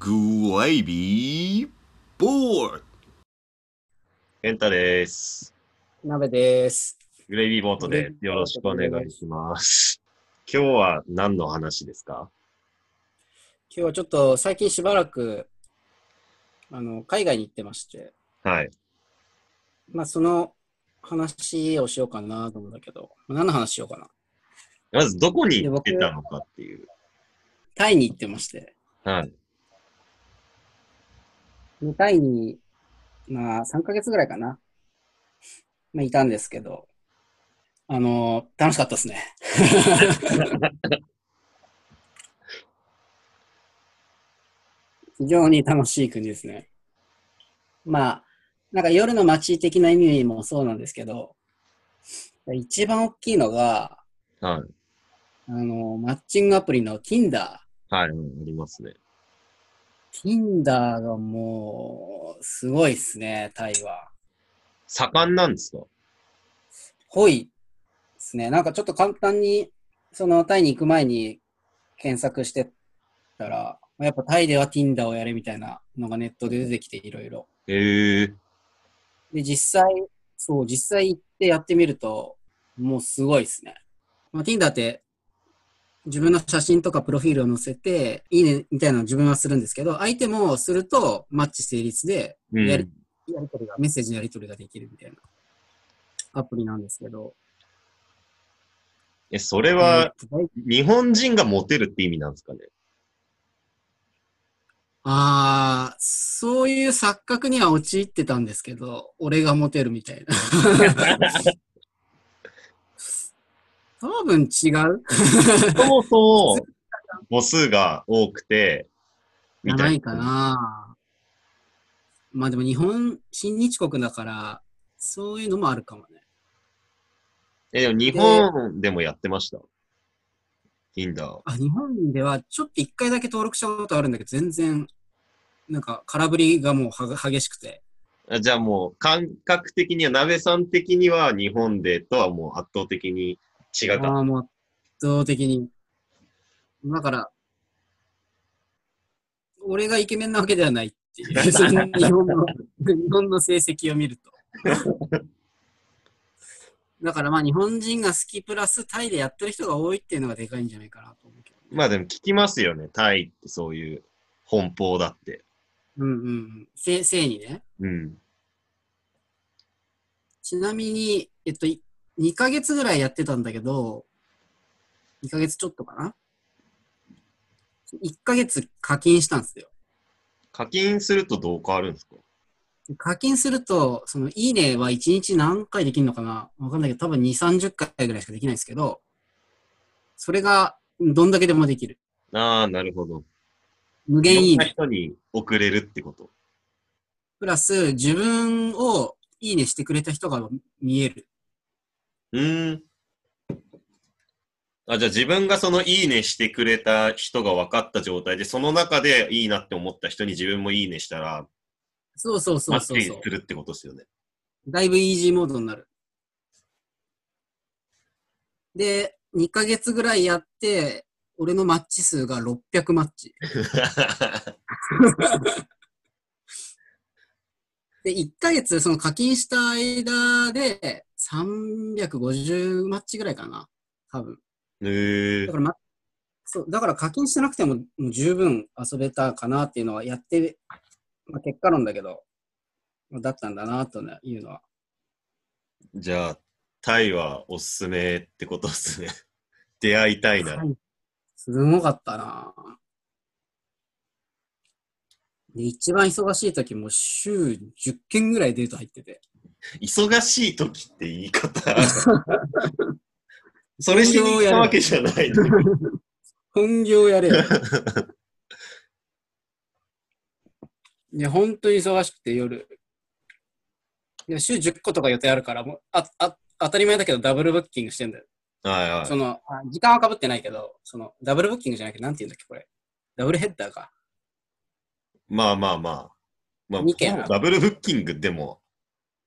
グレイビーボートエンタです。鍋です。グレイビーボートでよろしくお願いします。今日は何の話ですか今日はちょっと最近しばらくあの海外に行ってまして、はい。まあその話をしようかなと思うんだけど、まあ何の話しようかな。まずどこに行ってたのかっていう。タイに行ってまして、はい。タイにまあ3ヶ月ぐらいかな。まあいたんですけど、あの、楽しかったですね。 非常に楽しい国ですね。まあ、なんか夜の街的な意味もそうなんですけど、一番大きいのが、はい。あの、マッチングアプリの Tinder。はい。うんありますね。 Tinder がもう、すごいっすね、タイは。盛んなんですかほいですね。なんかちょっと簡単に、そのタイに行く前に検索してたら、やっぱタイでは Tinder をやれみたいなのがネットで出てきていろいろ。ええで、実際、そう、実際行ってやってみると、もうすごいですね。まあ、Tinder って、自分の写真とかプロフィールを載せて、いいねみたいなのを自分はするんですけど、相手もするとマッチ成立で、うん。やりやり取りが、メッセージのやり取りができるみたいなアプリなんですけど。え、それはうん日本人がモテるって意味なんです かねああ、そういう錯覚には陥ってたんですけど、俺がモテるみたいな。 多分違うそもそも母数が多くて、じみゃたないいかな。まあでも日本、新日国だから、そういうのもあるかもね。え、でも日本でもやってました。インダー。あ、日本ではちょっと一回だけ登録したことあるんだけど、全然、なんか空振りがもうは激しくて。あじゃあもう感覚的には、鍋さん的には日本でとはもう圧倒的に違かった。ああ、もう圧倒的に。だから、俺がイケメンなわけではないって いう、その日本の、日本の成績を見ると。だからまあ日本人が好きプラスタイでやってる人が多いっていうのがでかいんじゃないかなと思うけど。まあでも聞きますよね。タイってそういう奔放だって。うんうんうん。せ、性にね。うん。ちなみに、えっと、い2ヶ月ぐらいやってたんだけど、2ヶ月ちょっとかな ?1 ヶ月課金したんですよ。課金するとどう変わるんですか課金すると、その、いいねは1日何回できるのかなわかんないけど、多分2、30回ぐらいしかできないですけど、それが、どんだけでもできる。ああ、なるほど。無いろ限いんいなね。人に送れるってこと。プラス、自分をいいねしてくれた人が見える。うーん。あ、じゃあ自分がそのいいねしてくれた人が分かった状態で、その中でいいなって思った人に自分もいいねしたら、そうそうそマうッそうチそう。するってことですよね。 だいぶイージーモードになる。で、2ヶ月ぐらいやって、俺のマッチ数が600マッチ。で、1ヶ月、その課金した間で、350マッチぐらいかな。多分。へえだから、ま、そう、だから課金してなくても、もう十分遊べたかなっていうのはやって、まあ、結果論だけど、まあだったんだなというのは。じゃあ、タイはおすすめってことですね。 出会いたいな。はいすごかったなで一番忙しい時も週10件ぐらいデート入ってて。忙しい時って言い 方。それしに行ったわけじゃないの。本業や れよ。いや、本当に忙しくて夜。いや、週10個とか予定あるから、もうああ当たり前だけどダブルブッキングしてんだよ。はいはいそ。の、あ時間はかぶってないけど、その、ダブルブッキングじゃなくて、なんて言うんだっけ、これ。ダブルヘッダーか。まあまあまあ。まあ、二件あるダブルブッキングでも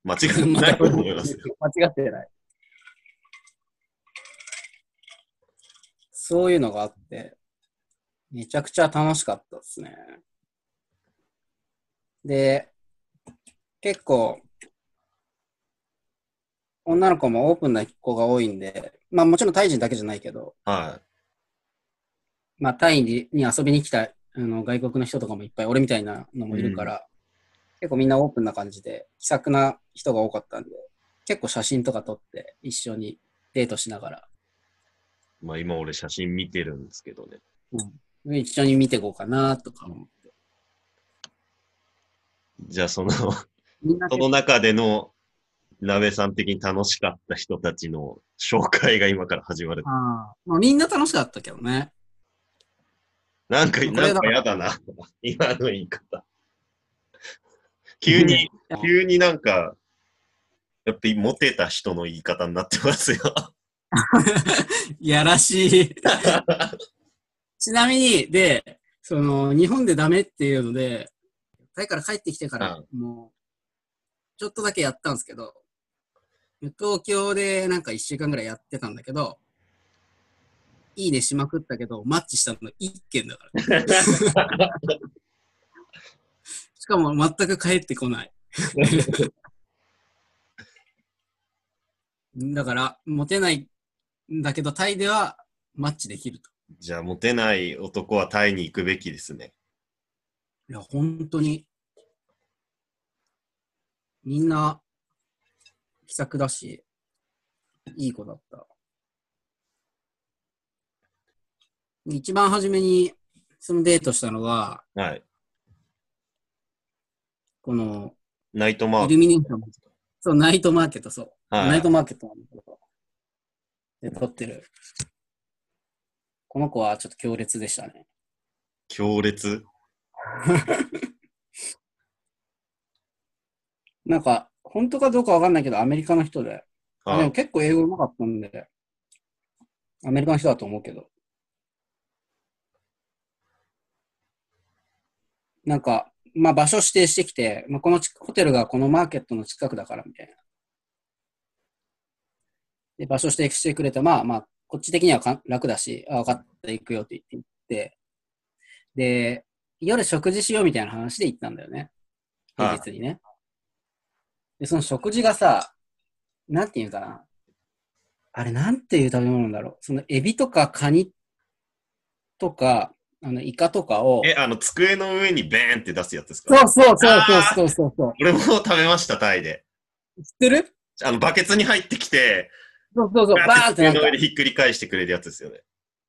間違いないと思い ますよ。間違ってない。そういうのがあって、めちゃくちゃ楽しかったですね。で、結構、女の子もオープンな子が多いんで、まあもちろんタイ人だけじゃないけど、はまあタイにに遊びに来たあの外国の人とかもいっぱい、俺みたいなのもいるから、結構みんなオープンな感じで、気さくな人が多かったんで、結構写真とか撮って一緒にデートしながら、い。まあ今俺写真見てるんですけどね。一緒に見ていこうかなとか思う。じゃあその、 そみんな結構の中での、鍋さん的に楽しかった人たちの紹介が今から始まる。ああまあみんな楽しかったけどね。なんか、これだなんかやだな。 今の言い方。急に、急になんか、やっぱりモテた人の言い方になってますよ。 やらしい。ちなみに、で、その、日本でダメっていうので、タイから帰ってきてから、もう、ちょっとだけやったんですけど、東京でなんか1週間ぐらいやってたんだけど、いいねしまくったけど、マッチしたの1件だから。しかも全く帰ってこない。だから、モテないんだけど、タイではマッチできると。じゃあ、モテない男はタイに行くべきですね。いや、本当に。みんな、気さくだし、いい子だった。一番初めに、そのデートしたのは、はい。この、ナイトマイールク。ミネーション。そう、ナイトマーケット、そう。はいナイトマーケットなんだけど。で、撮ってる。この子はちょっと強烈でしたね。強烈。なんか、本当かどうかわかんないけど、アメリカの人で。あではもい。結構英語うまかったんで、アメリカの人だと思うけど。なんか、まあ場所指定してきて、まあ、このちホテルがこのマーケットの近くだからみたいな。で、場所指定してくれて、まあまあ、こっち的にはか楽だし、あ、分かった、行くよって言って行って、で、夜食事しようみたいな話で行ったんだよね。は平い日にね。で、その食事がさ、なんていうかな。あれ、なんていう食べ物なんだろう。その、エビとかカニとか、あの、イカとかを。え、あの、机の上にベーンって出すやつですそうかそうそうそうそうそうそう。俺も食べました、タイで。知ってるあの、バケツに入ってきて、そうそうそう。バーって机なんのか上、でひっくり返してくれるやつですよね。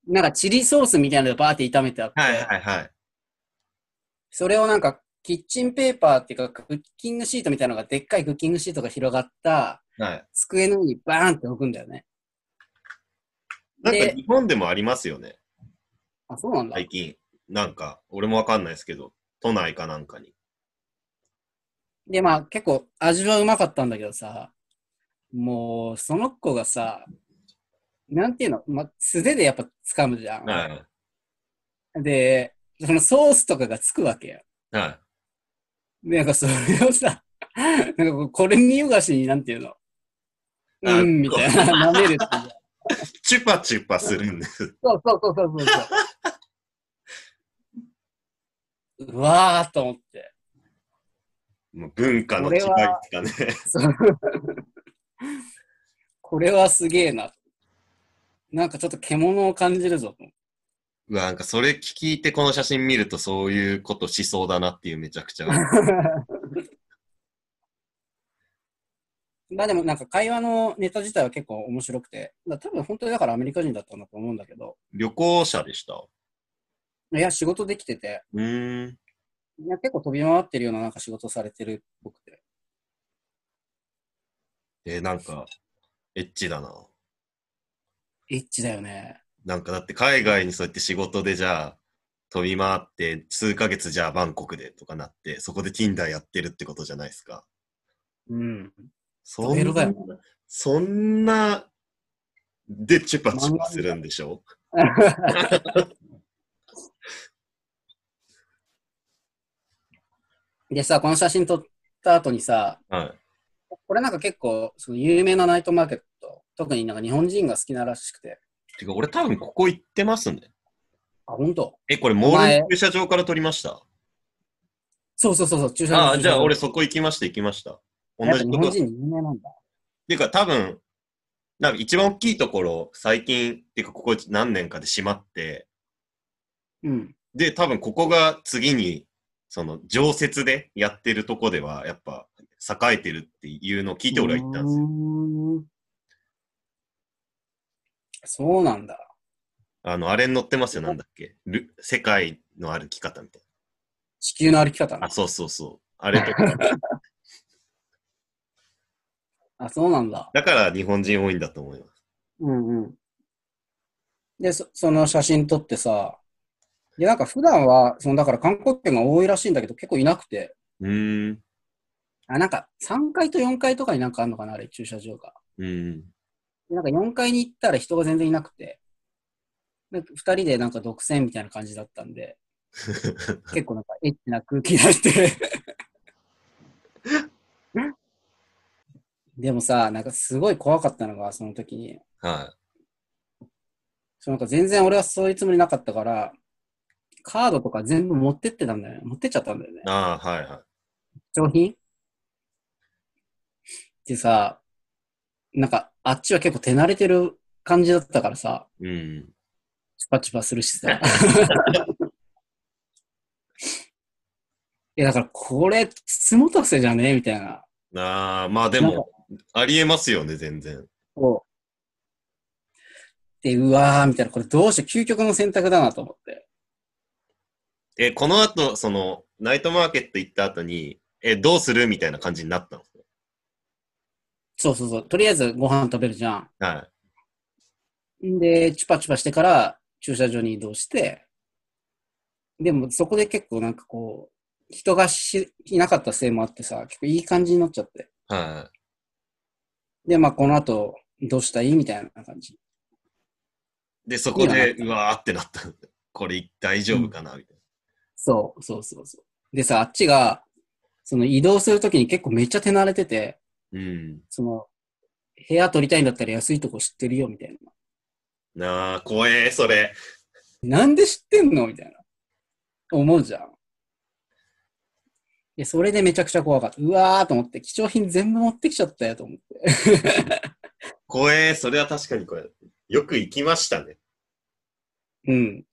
なんかチリソースみたいなのでバーって炒めてあって、はいはいはい。それをなんか、キッチンペーパーっていうか、クッキングシートみたいなのが、でっかいクッキングシートが広がった、はい。机の上にバーンって置くんだよね。なんかで日本でもありますよね。あ、そうなんだ。最近。なんか、俺もわかんないですけど、都内かなんかに。で、まあ結構味はうまかったんだけどさ、もうその子がさ、なんていうの、まあ、素手でやっぱ掴むじゃん。はで、そのソースとかがつくわけよ。い。はで、なんかそれをさ、なんかこうこれ見よがしになんていうの、うん、みたいな、舐めるっていう。い。チュパチュパするんです。 そうそうそうそうそうそう。うわーと思って。もう文化の違いですかね。そうこれはすげえな。なんかちょっと獣を感じるぞと思 って。うわ、なんかそれ聞いてこの写真見るとそういうことしそうだなっていうめちゃくちゃ。 まあでもなんか会話のネタ自体は結構面白くて、だ多分本当にだからアメリカ人だったんだと思うんだけど、旅行者でした。いや仕事できてて、うーん。いや結構飛び回ってるようななんか仕事されてるっぽくて。えーなんか、エッチだな。エッチだよね。なんかだって海外にそうやって仕事でじゃあ、飛び回って、数ヶ月じゃあバンコクでとかなって、そこで Tinder やってるってことじゃないですか。うん。そドん L だなよ、そんな、で、チュパチュパするんでしょでさ、この写真撮った後にさ、はこれなんか結構その有名なナイトマーケット、特になんか日本人が好きならしくて、い。てか、俺多分ここ行ってますね。あ、本当え、これモールの駐車場から撮りました。そうそうそうそう、駐車場。ああ、じゃあ俺そこ行きました、行きました。同やっぱじ日と本こ。っ人有名なんだ。ていうか多分、なんか一番大きいところ、最近、っていうかここ何年かで閉まって、うん。で、多分ここが次に、その常設でやってるとこでは、やっぱ栄えてるっていうのを聞いて俺は行ったんですよ。すそうなんだ。あの、あれに載ってますよ、なんだっけ。ル世界の歩き方みたい地球の歩き方な。なあ、。そうそうそう。あれとか。 あ、そうなんだ。だから日本人多いんだと思います。うんうん。で、そその写真撮ってさ、で、なんか普段は、そのだから観光客が多いらしいんだけど、結構いなくて、うーん。あ、なんか3階と4階とかになんかあるのかな、あれ、駐車場が。うん。でなんか4階に行ったら人が全然いなくて、で2人でなんか独占みたいな感じだったんで、結構なんかエッチな空気になって。 でもさ、なんかすごい怖かったのが、その時に、 はそのなんか全然俺はそういうつもりなかったから、カードとか全部持ってってたんだよね。持ってっちゃったんだよねい。。ああ、はいはい。商品でさ、なんかあっちは結構手慣れてる感じだったからさ、うん。チュパチュパするしさ。 いや、だからこれ、筒持たせじゃねえみたいな。ああ、まあでなんも、ありえますよね、全然。で、うわーみたいな、これどうしよう、究極の選択だなと思って。え、この後、その、ナイトマーケット行った後に、え、どうするみたいな感じになったんですかそうそうそう、とりあえずご飯食べるじゃはい。ん。んで、チュパチュパしてから駐車場に移動して、でもそこで結構なんかこう、人がしいなかったせいもあってさ、結構いい感じになっちゃって。はで、まあこの後、どうしたいみたいな感じ。い。で、そこいいで、ようわーってなった。これ大丈夫かなみたいそう、そうそうそう。でさ、あっちが、その移動するときに結構めっちゃ手慣れてて、な。うん。その、部屋取りたいんだったら安いとこ知ってるよ、みたいな。なあ、怖え、それ。なんで知ってんのみたいな。思うじゃん。で、それでめちゃくちゃ怖かった。うわーと思って、貴重品全部持ってきちゃったよと思って。怖え、それは確かに怖え。よく行きましたね。うん。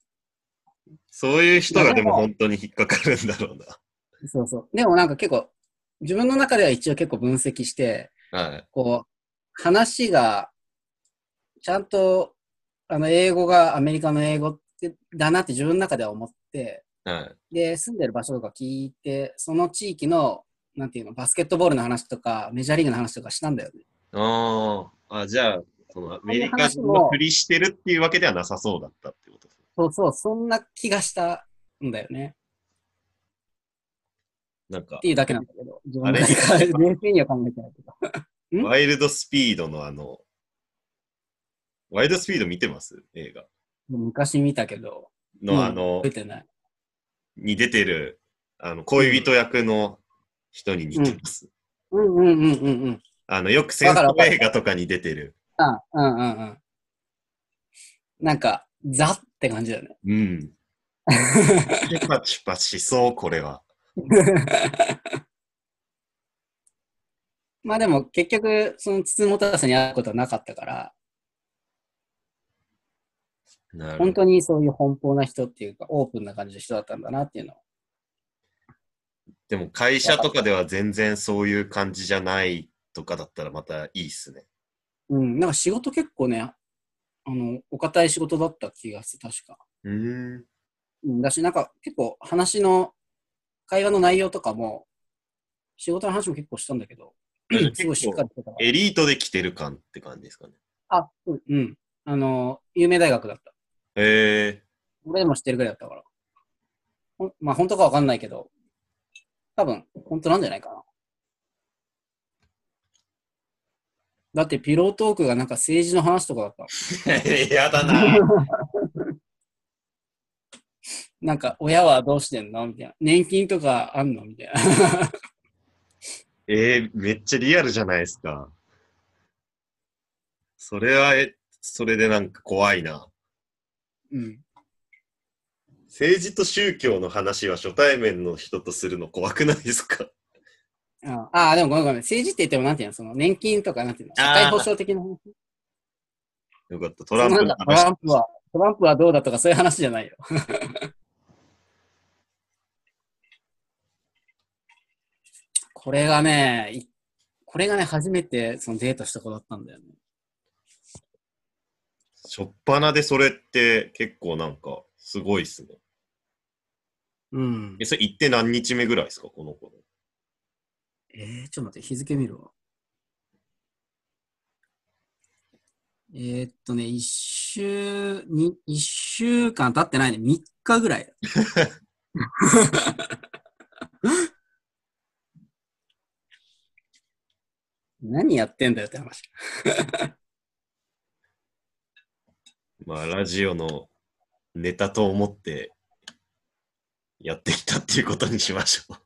そういう人がでもいやでも本当に引っかかるんだろうそうそう。でもなんか結構、自分の中では一応結構分析して、な。はい。こう、話が、ちゃんと、あの、英語がアメリカの英語ってだなって自分の中では思って、はい。で、住んでる場所とか聞いて、その地域の、なんていうの、バスケットボールの話とか、メジャーリーグの話とかしたんだよね。あーあ、じゃあ、そのアメリカ人そんな話のもふりしてるっていうわけではなさそうだったってことですね。そうそう、そんな気がしたんだよね。なんかって、いうだけなんだけど、自あ分れの中で冷静には考えてないけど。んワイルドスピードのあの、ワイルドスピード見てます映画。昔見たけど、の、あの出、てない。に出てる、あの、恋人役の人に似てます。うんうんうんうんうん。あの、よく戦わかるわ争かる映画とかに出てる。あうんうんうん。なんか、ザって感じだよね。 うん。チュパチュパしそう、これは。まあでも結局、その筒持たせに会うことはなかったから、なるほ本ど。当にそういう奔放な人っていうか、オープンな感じの人だったんだなっていうのをでも会社とかでは全然そういう感じじゃないとかだったらまたいいっすね。うん、なんか仕事結構ね、あの、お堅い仕事だった気がして、確か。うーん。うん、だし、なんか結構話の、会話の内容とかも、仕事の話も結構したんだけど、 すごいしっかりしてたから。エリートで来てる感って感じですかね。あ、うん、うん。あの、有名大学だった。え俺でも知ってるぐらいだったから。ほんまあ、本当かわかんないけど、多分、本当なんじゃないかな。だって、ピロートークがなんか政治の話とかだった。 ー、やだな。なんか、親はどうしてんのみたいな。年金とかあんのみたいな。 えー、めっちゃリアルじゃないですか。それは、えそれでなんか怖いな。うん。政治と宗教の話は初対面の人とするの怖くないですか ああー、でもごめんごめん。政治って言ってもなんていうのその年金とかなんていうの社会保障的な話。よかった。トランプのなんかトラ話ン。プは、トランプはどうだとかそういう話じゃないよ。 これがね、いこれがね、初めてそのデートした子だったんだよね。しょっぱなでそれって結構なんかすごいっすね。うんえ、。それ行って何日目ぐらいですかこの子の。えー、ちょっと待って、日付見るわ。えー、っとね、一週、に、一週間経ってないね。3日ぐらい。何やってんだよって話。まあ、ラジオのネタと思ってやってきたっていうことにしましょう。